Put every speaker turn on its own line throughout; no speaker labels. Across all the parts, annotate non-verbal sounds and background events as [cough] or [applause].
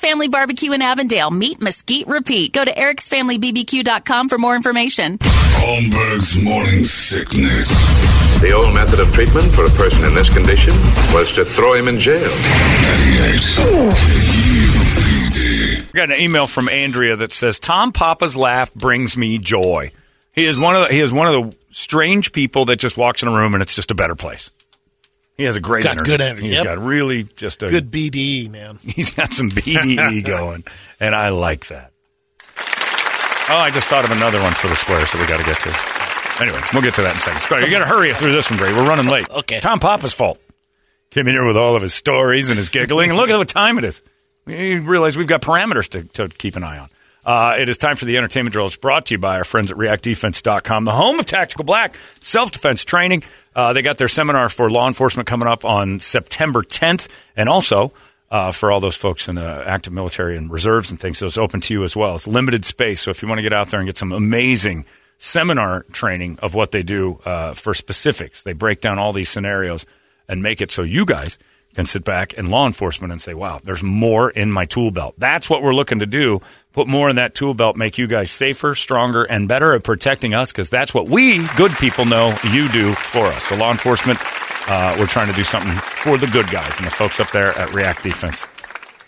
Family Barbecue in Avondale. Meet, mesquite, repeat. Go to ericsfamilybbq.com for more information.
Holmberg's morning sickness.
The old method of treatment for a person in this condition was to throw him in jail.
98.
I got an email from Andrea that says Tom Papa's laugh brings me joy. He is one of the, he is one of the strange people that just walks in a room and it's just a better place. He has a great
Got
energy.
good energy,
He's
yep.
got really just a
Good BDE, man.
[laughs] He's got some BDE going, and I like that. Oh, I just thought of another one for the squares that we got to get to. Anyway, we'll get to that in a second. Square, you got to hurry through this one, Gray. We're running late.
Okay.
Tom Papa's fault. Came in here with all of his stories and his giggling, and look at what time it is. We realize we've got parameters to, to keep an eye on. Uh, it is time for the entertainment drill. It's brought to you by our friends at ReactDefense.com, the home of Tactical Black self defense training. Uh, they got their seminar for law enforcement coming up on September 10th, and also uh, for all those folks in the active military and reserves and things. So it's open to you as well. It's limited space. So if you want to get out there and get some amazing seminar training of what they do uh, for specifics, they break down all these scenarios and make it so you guys can sit back and law enforcement and say, wow, there's more in my tool belt. That's what we're looking to do. Put more in that tool belt, make you guys safer, stronger, and better at protecting us because that's what we, good people, know you do for us. So, law enforcement, uh, we're trying to do something for the good guys and the folks up there at React Defense.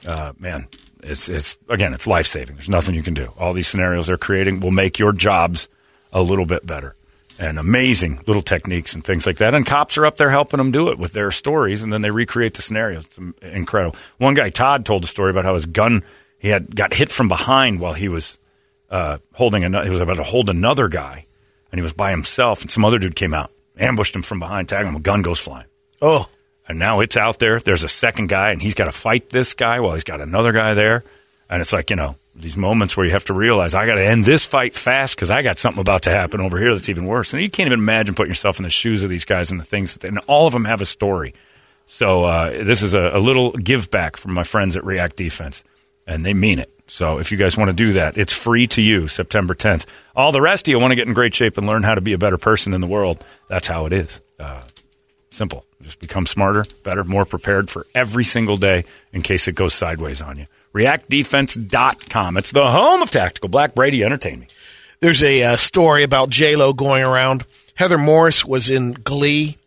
Uh, man, it's, it's, again, it's life saving. There's nothing you can do. All these scenarios they're creating will make your jobs a little bit better and amazing little techniques and things like that. And cops are up there helping them do it with their stories, and then they recreate the scenarios. It's im- incredible. One guy, Todd, told a story about how his gun he had got hit from behind while he was uh, holding another. He was about to hold another guy, and he was by himself. And some other dude came out, ambushed him from behind, tagged him. A gun goes flying.
Oh,
And now it's out there. There's a second guy, and he's got to fight this guy while he's got another guy there. And it's like, you know, these moments where you have to realize, I got to end this fight fast because I got something about to happen over here that's even worse. And you can't even imagine putting yourself in the shoes of these guys and the things that they, and all of them have a story. So uh, this is a, a little give back from my friends at React Defense, and they mean it. So if you guys want to do that, it's free to you September 10th. All the rest of you want to get in great shape and learn how to be a better person in the world. That's how it is. Uh, Simple. Just become smarter, better, more prepared for every single day in case it goes sideways on you. ReactDefense.com. It's the home of Tactical Black. Brady, entertain me.
there's a uh, story about J Lo going around. Heather Morris was in Glee,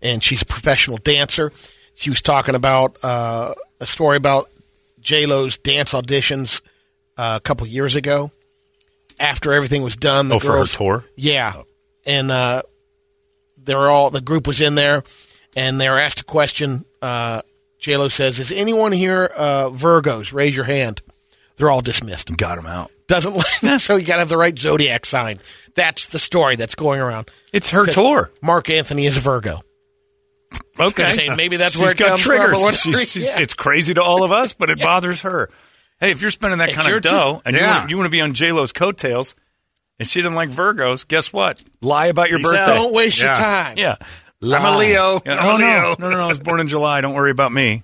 and she's a professional dancer. She was talking about uh, a story about J Lo's dance auditions uh, a couple years ago. After everything was done, the
Oh, for her
girls
tour? Oh.
yeah, and uh, they were all the group was in there, and they were asked a question. Uh, J Lo says, "Is anyone here uh, Virgos? Raise your hand." They're all dismissed
Got him out.
doesn't [laughs] like so you gotta have the right zodiac sign that's the story that's going around
It's her tour.
mark anthony is a virgo
Okay.
Saying maybe that's
She's
where it
got
comes from or
triggers.
what-
She's- she's-
Yeah.
It's crazy to all of us, but it bothers her. Hey, if you're spending that
It's
kind
your
of dough and you
Yeah.
wanna- you want to be on J-Lo's coattails and she doesn't like Virgos, guess what? Lie about your
Peace
birthday.
out.
don't waste your
Yeah.
time
Yeah.
I'm a Leo.
Yeah,
I'm
oh,
a Leo.
No. no, no, no. I was born in July. Don't worry about me.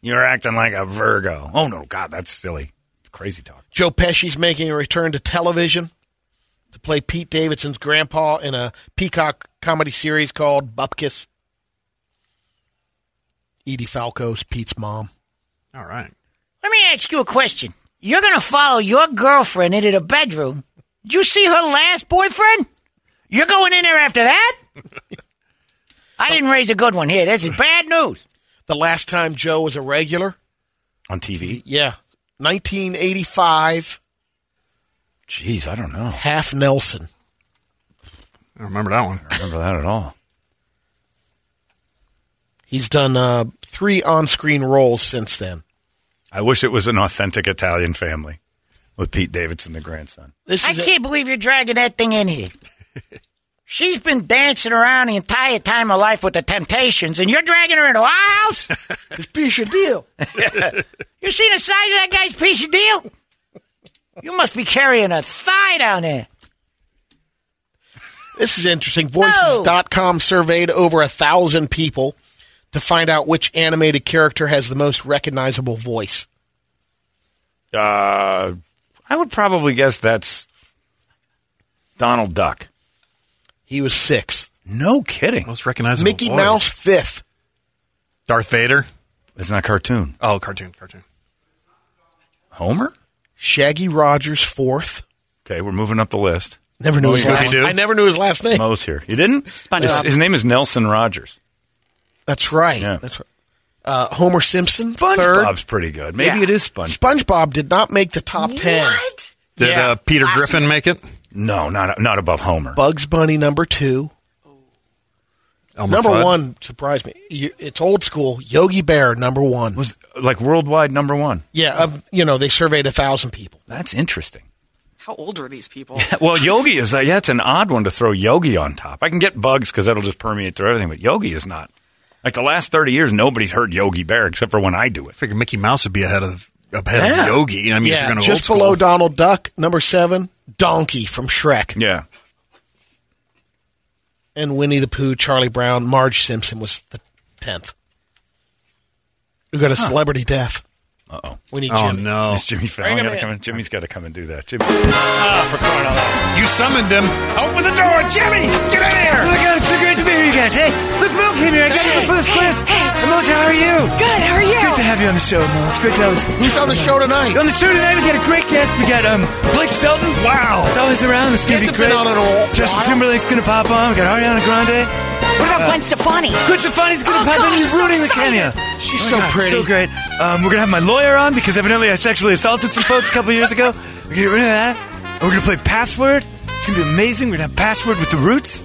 You're acting like a Virgo. Oh, no. God, that's silly. It's crazy talk.
joe pesci's making a return to television to play pete davidson's grandpa in a peacock comedy series called bupkis edie falco's pete's mom
All right.
Let me ask you a question. You're going to follow your girlfriend into the bedroom. Did you see her last boyfriend? You're going in there after that? I didn't raise a good one here. This is bad news.
the last time joe was a regular
On TV?
yeah 1985
Jeez, I don't know.
half nelson
I don't remember that one.
I don't remember that at all.
He's done uh, three on-screen roles since then.
I wish it was an authentic Italian family. with Pete Davidson, the grandson.
This
I
is a-
can't believe you're dragging that thing in here. She's been dancing around the entire time of life with the Temptations, and you're dragging her into our house?
this piece of deal.
You see the size of that guy's piece of deal? You must be carrying a thigh down there.
This is interesting. Voices.com surveyed over a thousand people to find out which animated character has the most recognizable voice.
Uh, I would probably guess that's Donald Duck.
He was sixth.
No kidding.
Most recognizable.
Mickey
voice.
Mouse fifth.
Darth Vader.
It's not a cartoon.
Oh, cartoon, cartoon.
Homer?
Shaggy Rogers fourth.
Okay, we're moving up the list.
Never knew his last
Scooby-Doo?
I never knew his last name.
Moe's here. You didn't?
SpongeBob.
His, his name is Nelson Rogers.
That's right.
Yeah.
That's right. Uh, Homer Simpson third.
SpongeBob's pretty good. Maybe
Yeah.
it is SpongeBob.
SpongeBob did not make the top ten.
Did
Yeah.
uh, Peter
Classic.
Griffin make it?
No, not not above Homer.
Bugs Bunny number two.
Elmer
Number
Fudd?
one surprised me. You- It's old school. Yogi Bear number one.
was like worldwide number one.
yeah, of, you know they surveyed a thousand people.
That's interesting.
How old are these people?
Well, Yogi is that. Yeah, it's an odd one to throw Yogi on top. I can get bugs because that'll just permeate through everything, but Yogi is not. Like the last thirty years, nobody's heard Yogi Bear except for when I do it.
Figure Mickey Mouse would be ahead of ahead
Yeah.
of Yogi. I mean, if you're
yeah,
going to
just
old
below
school.
Donald Duck number seven. Donkey from Shrek
Yeah,
and Winnie the Pooh, Charlie Brown, Marge Simpson was the tenth. We got a celebrity death. Uh
Uh-oh.
We need
Oh
Jimmy.
no!
Is Jimmy Fallon
him
gotta
in.
come in? Jimmy's got to come and do that. Jimmy, ah, for crying out loud.
You summoned him.
Open the door, Jimmy! Get in here! Look out, Oh it's so great to be here, you guys. Hey, look, Mo came here. I got you for first class. Hey, Moshe, how are you? Good, how are you? Good to have you on the show, Mo. It's great to have you.
Who's on the show tonight?
On the show tonight, we got a great guest. We got um Blake Shelton. Wow. It's always around. It's going to
Hasn't
be great.
been on in a wh-
Justin
while.
Timberlake's going to pop on. We got Ariana Grande.
What about Gwen Stefani?
Good Stefani's going to
Oh,
pop in.
gosh, I'm
He's
so
ruining the
excited.
camera.
She's
Oh my
so
God, it's
pretty.
So great. Um, we're going to have my lawyer on because evidently I sexually assaulted some folks a couple years ago. We're going to get rid of that. And we're going to play Password. It's going to be amazing. We're going to have Password with the Roots.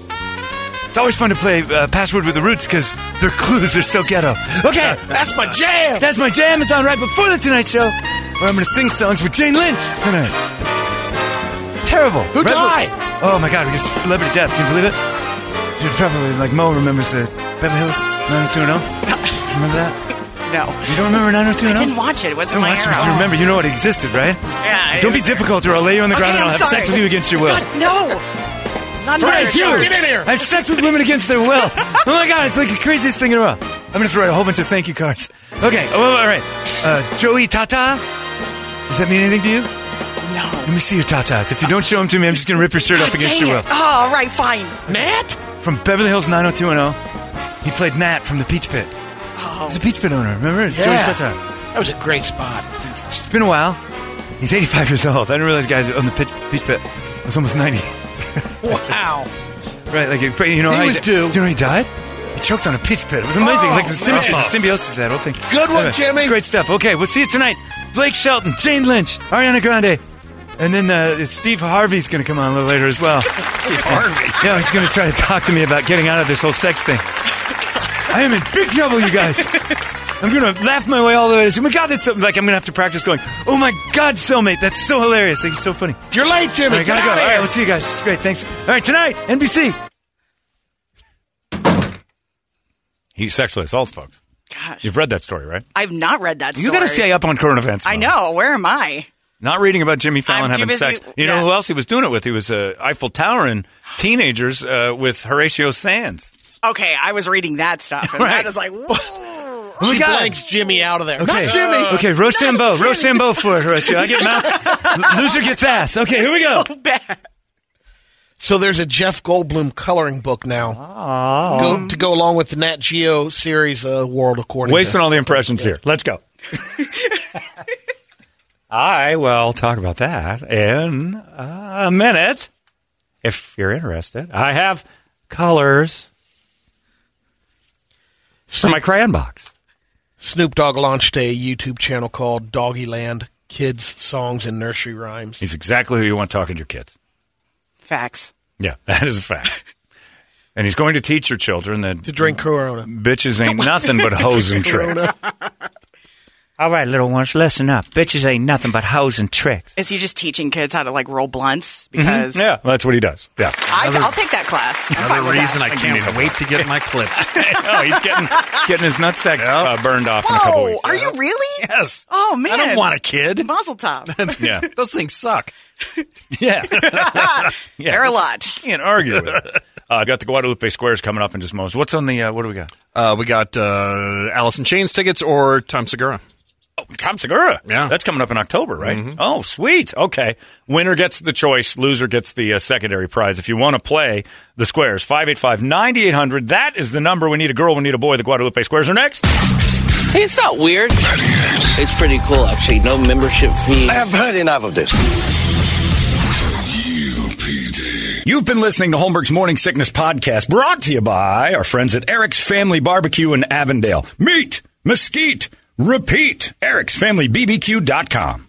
It's always fun to play uh, Password with the Roots because their clues are so ghetto. Okay.
[laughs] That's my jam.
That's my jam. It's on right before the Tonight Show, where I'm going to sing songs with Jane Lynch tonight. Terrible.
Who died?
Oh my God, we got celebrity death. Can you believe it? Dude, probably like Mo remembers the Beverly Hills 90210. oh.
[laughs]
Remember that?
No.
You don't remember 90210?
I didn't watch it. It
Don't
wasn't my
watch it, but
era.
Oh, you remember, you know it existed, right?
Yeah, it
Don't be
was-
difficult, or I'll lay you on the
Okay,
ground and I'll
I'm
have sex with
sorry.
you against your will.
God, no. Not another
Right,
show.
you. I have sex with women against their will. oh my god, it's like the craziest thing in a row. I'm gonna throw out a whole bunch of thank you cards. Okay, oh, all right. Uh, Joey Tata, does that mean anything to you? Let
No.
me see your tatas. If you don't show them to me, I'm just gonna rip your shirt off against
Dang
your
it.
will.
Oh, all right, fine.
Nat?
From Beverly Hills 90210, he played Nat from the Peach Pit.
Oh.
He's a Peach Pit owner. Remember? It's
Yeah.
Joey Tata.
That was a great spot.
It's been a while. He's 85 years old. I didn't realize guys on the pitch, Peach Pit was almost 90.
Wow.
Right, like it- you know,
He
how
was
di-
due. Oh,
Do you know he died? He choked on a pitch pit. It was amazing. it was like the symmetry,
wow.
the symbiosis of that whole thing.
Good one, Jimmy.
It's great stuff. Okay, we'll see you tonight. Blake Shelton, Jane Lynch, Ariana Grande, and then uh, Steve Harvey's going to come on a little later as
[laughs]
well. Steve Harvey. Yeah, he's going to try to talk to me about getting out of this whole sex thing. I am in big trouble, you guys. I'm going to laugh my way all the way. to- Oh my God, that's so, like I'm going to have to practice going. Oh my God, cellmate, that's so hilarious. Like, He's so funny.
You're late, Jimmy.
All right, gotta
Get
go. All
out of
right,
here.
we'll see you guys. It's great. Thanks. All right, tonight, NBC. He sexually assaults folks.
Gosh.
You've read that story, right?
I've not read that story.
You uh, got to stay up on current events.
I
Mo.
know. Where am I?
Not reading about Jimmy Fallon
I'm too
having sex.
busy-
You know
yeah.
who else he was doing it with? He was uh, Eiffel Towering teenagers uh, with Horatio Sands.
Okay, I was reading that stuff, and
Right.
that
[laughs]
is like, whoa.
Oh my
She
God.
blanks Jimmy out of there.
Okay.
Not Jimmy.
okay, Rochambeau. Rochambeau for it, Horatio. I get [laughs] mouth. Loser gets ass. Okay, here we go.
so bad.
So there's a Jeff Goldblum coloring book now go, to go along with the Nat Geo series, uh, World
[laughs]
According
Wasting
to.
all the impressions here. Let's go. [laughs] I will talk about that in a minute. If you're interested, I have colors for my crayon box.
Snoop Dogg launched a YouTube channel called Doggy Land Kids Songs and Nursery Rhymes.
He's exactly who you want talking to your kids.
Facts.
Yeah, [laughs] that is a fact. and he's going to teach your children that
To drink
[laughs]
Corona.
bitches ain't nothing but hosing tricks.
[laughs] All right, little ones, listen up. Bitches ain't nothing but hoes and tricks.
Is he just teaching kids how to like roll blunts? Because
Mm-hmm. Yeah, well, that's what he does. Yeah.
I, I'll take that class. I'm fine
Another
with that.
reason I can't wait to get [laughs] my clip.
[laughs] oh, he's getting getting his nutsack uh, burned off in a couple
Whoa,
weeks.
Oh,
[laughs]
are you really?
Yes.
Oh man,
I don't want a kid.
Mazel top.
[laughs] Yeah,
Those things suck.
[laughs]
Yeah.
yeah.
They're a lot.
Can't argue with it. Uh, got the Guadalupe Squares coming up in just moments. What's on the? Uh, what do we got?
Uh, we got uh, Alice in Chains tickets or Tom Segura.
Oh, Tom Segura.
Yeah.
That's coming up in October, right? Oh, sweet. Okay. Winner gets the choice, loser gets the uh, secondary prize. If you want to play the squares, 585 9800. That is the number. We need a girl, we need a boy. The Guadalupe Squares are next.
Hey, it's not weird. It's pretty cool, actually. No membership fee.
I've heard enough of this.
UPD.
You've been listening to Holmberg's Morning Sickness Podcast, brought to you by our friends at Eric's Family Barbecue in Avondale. Meet, mesquite, repeat. Eric'sFamilyBBQ.com.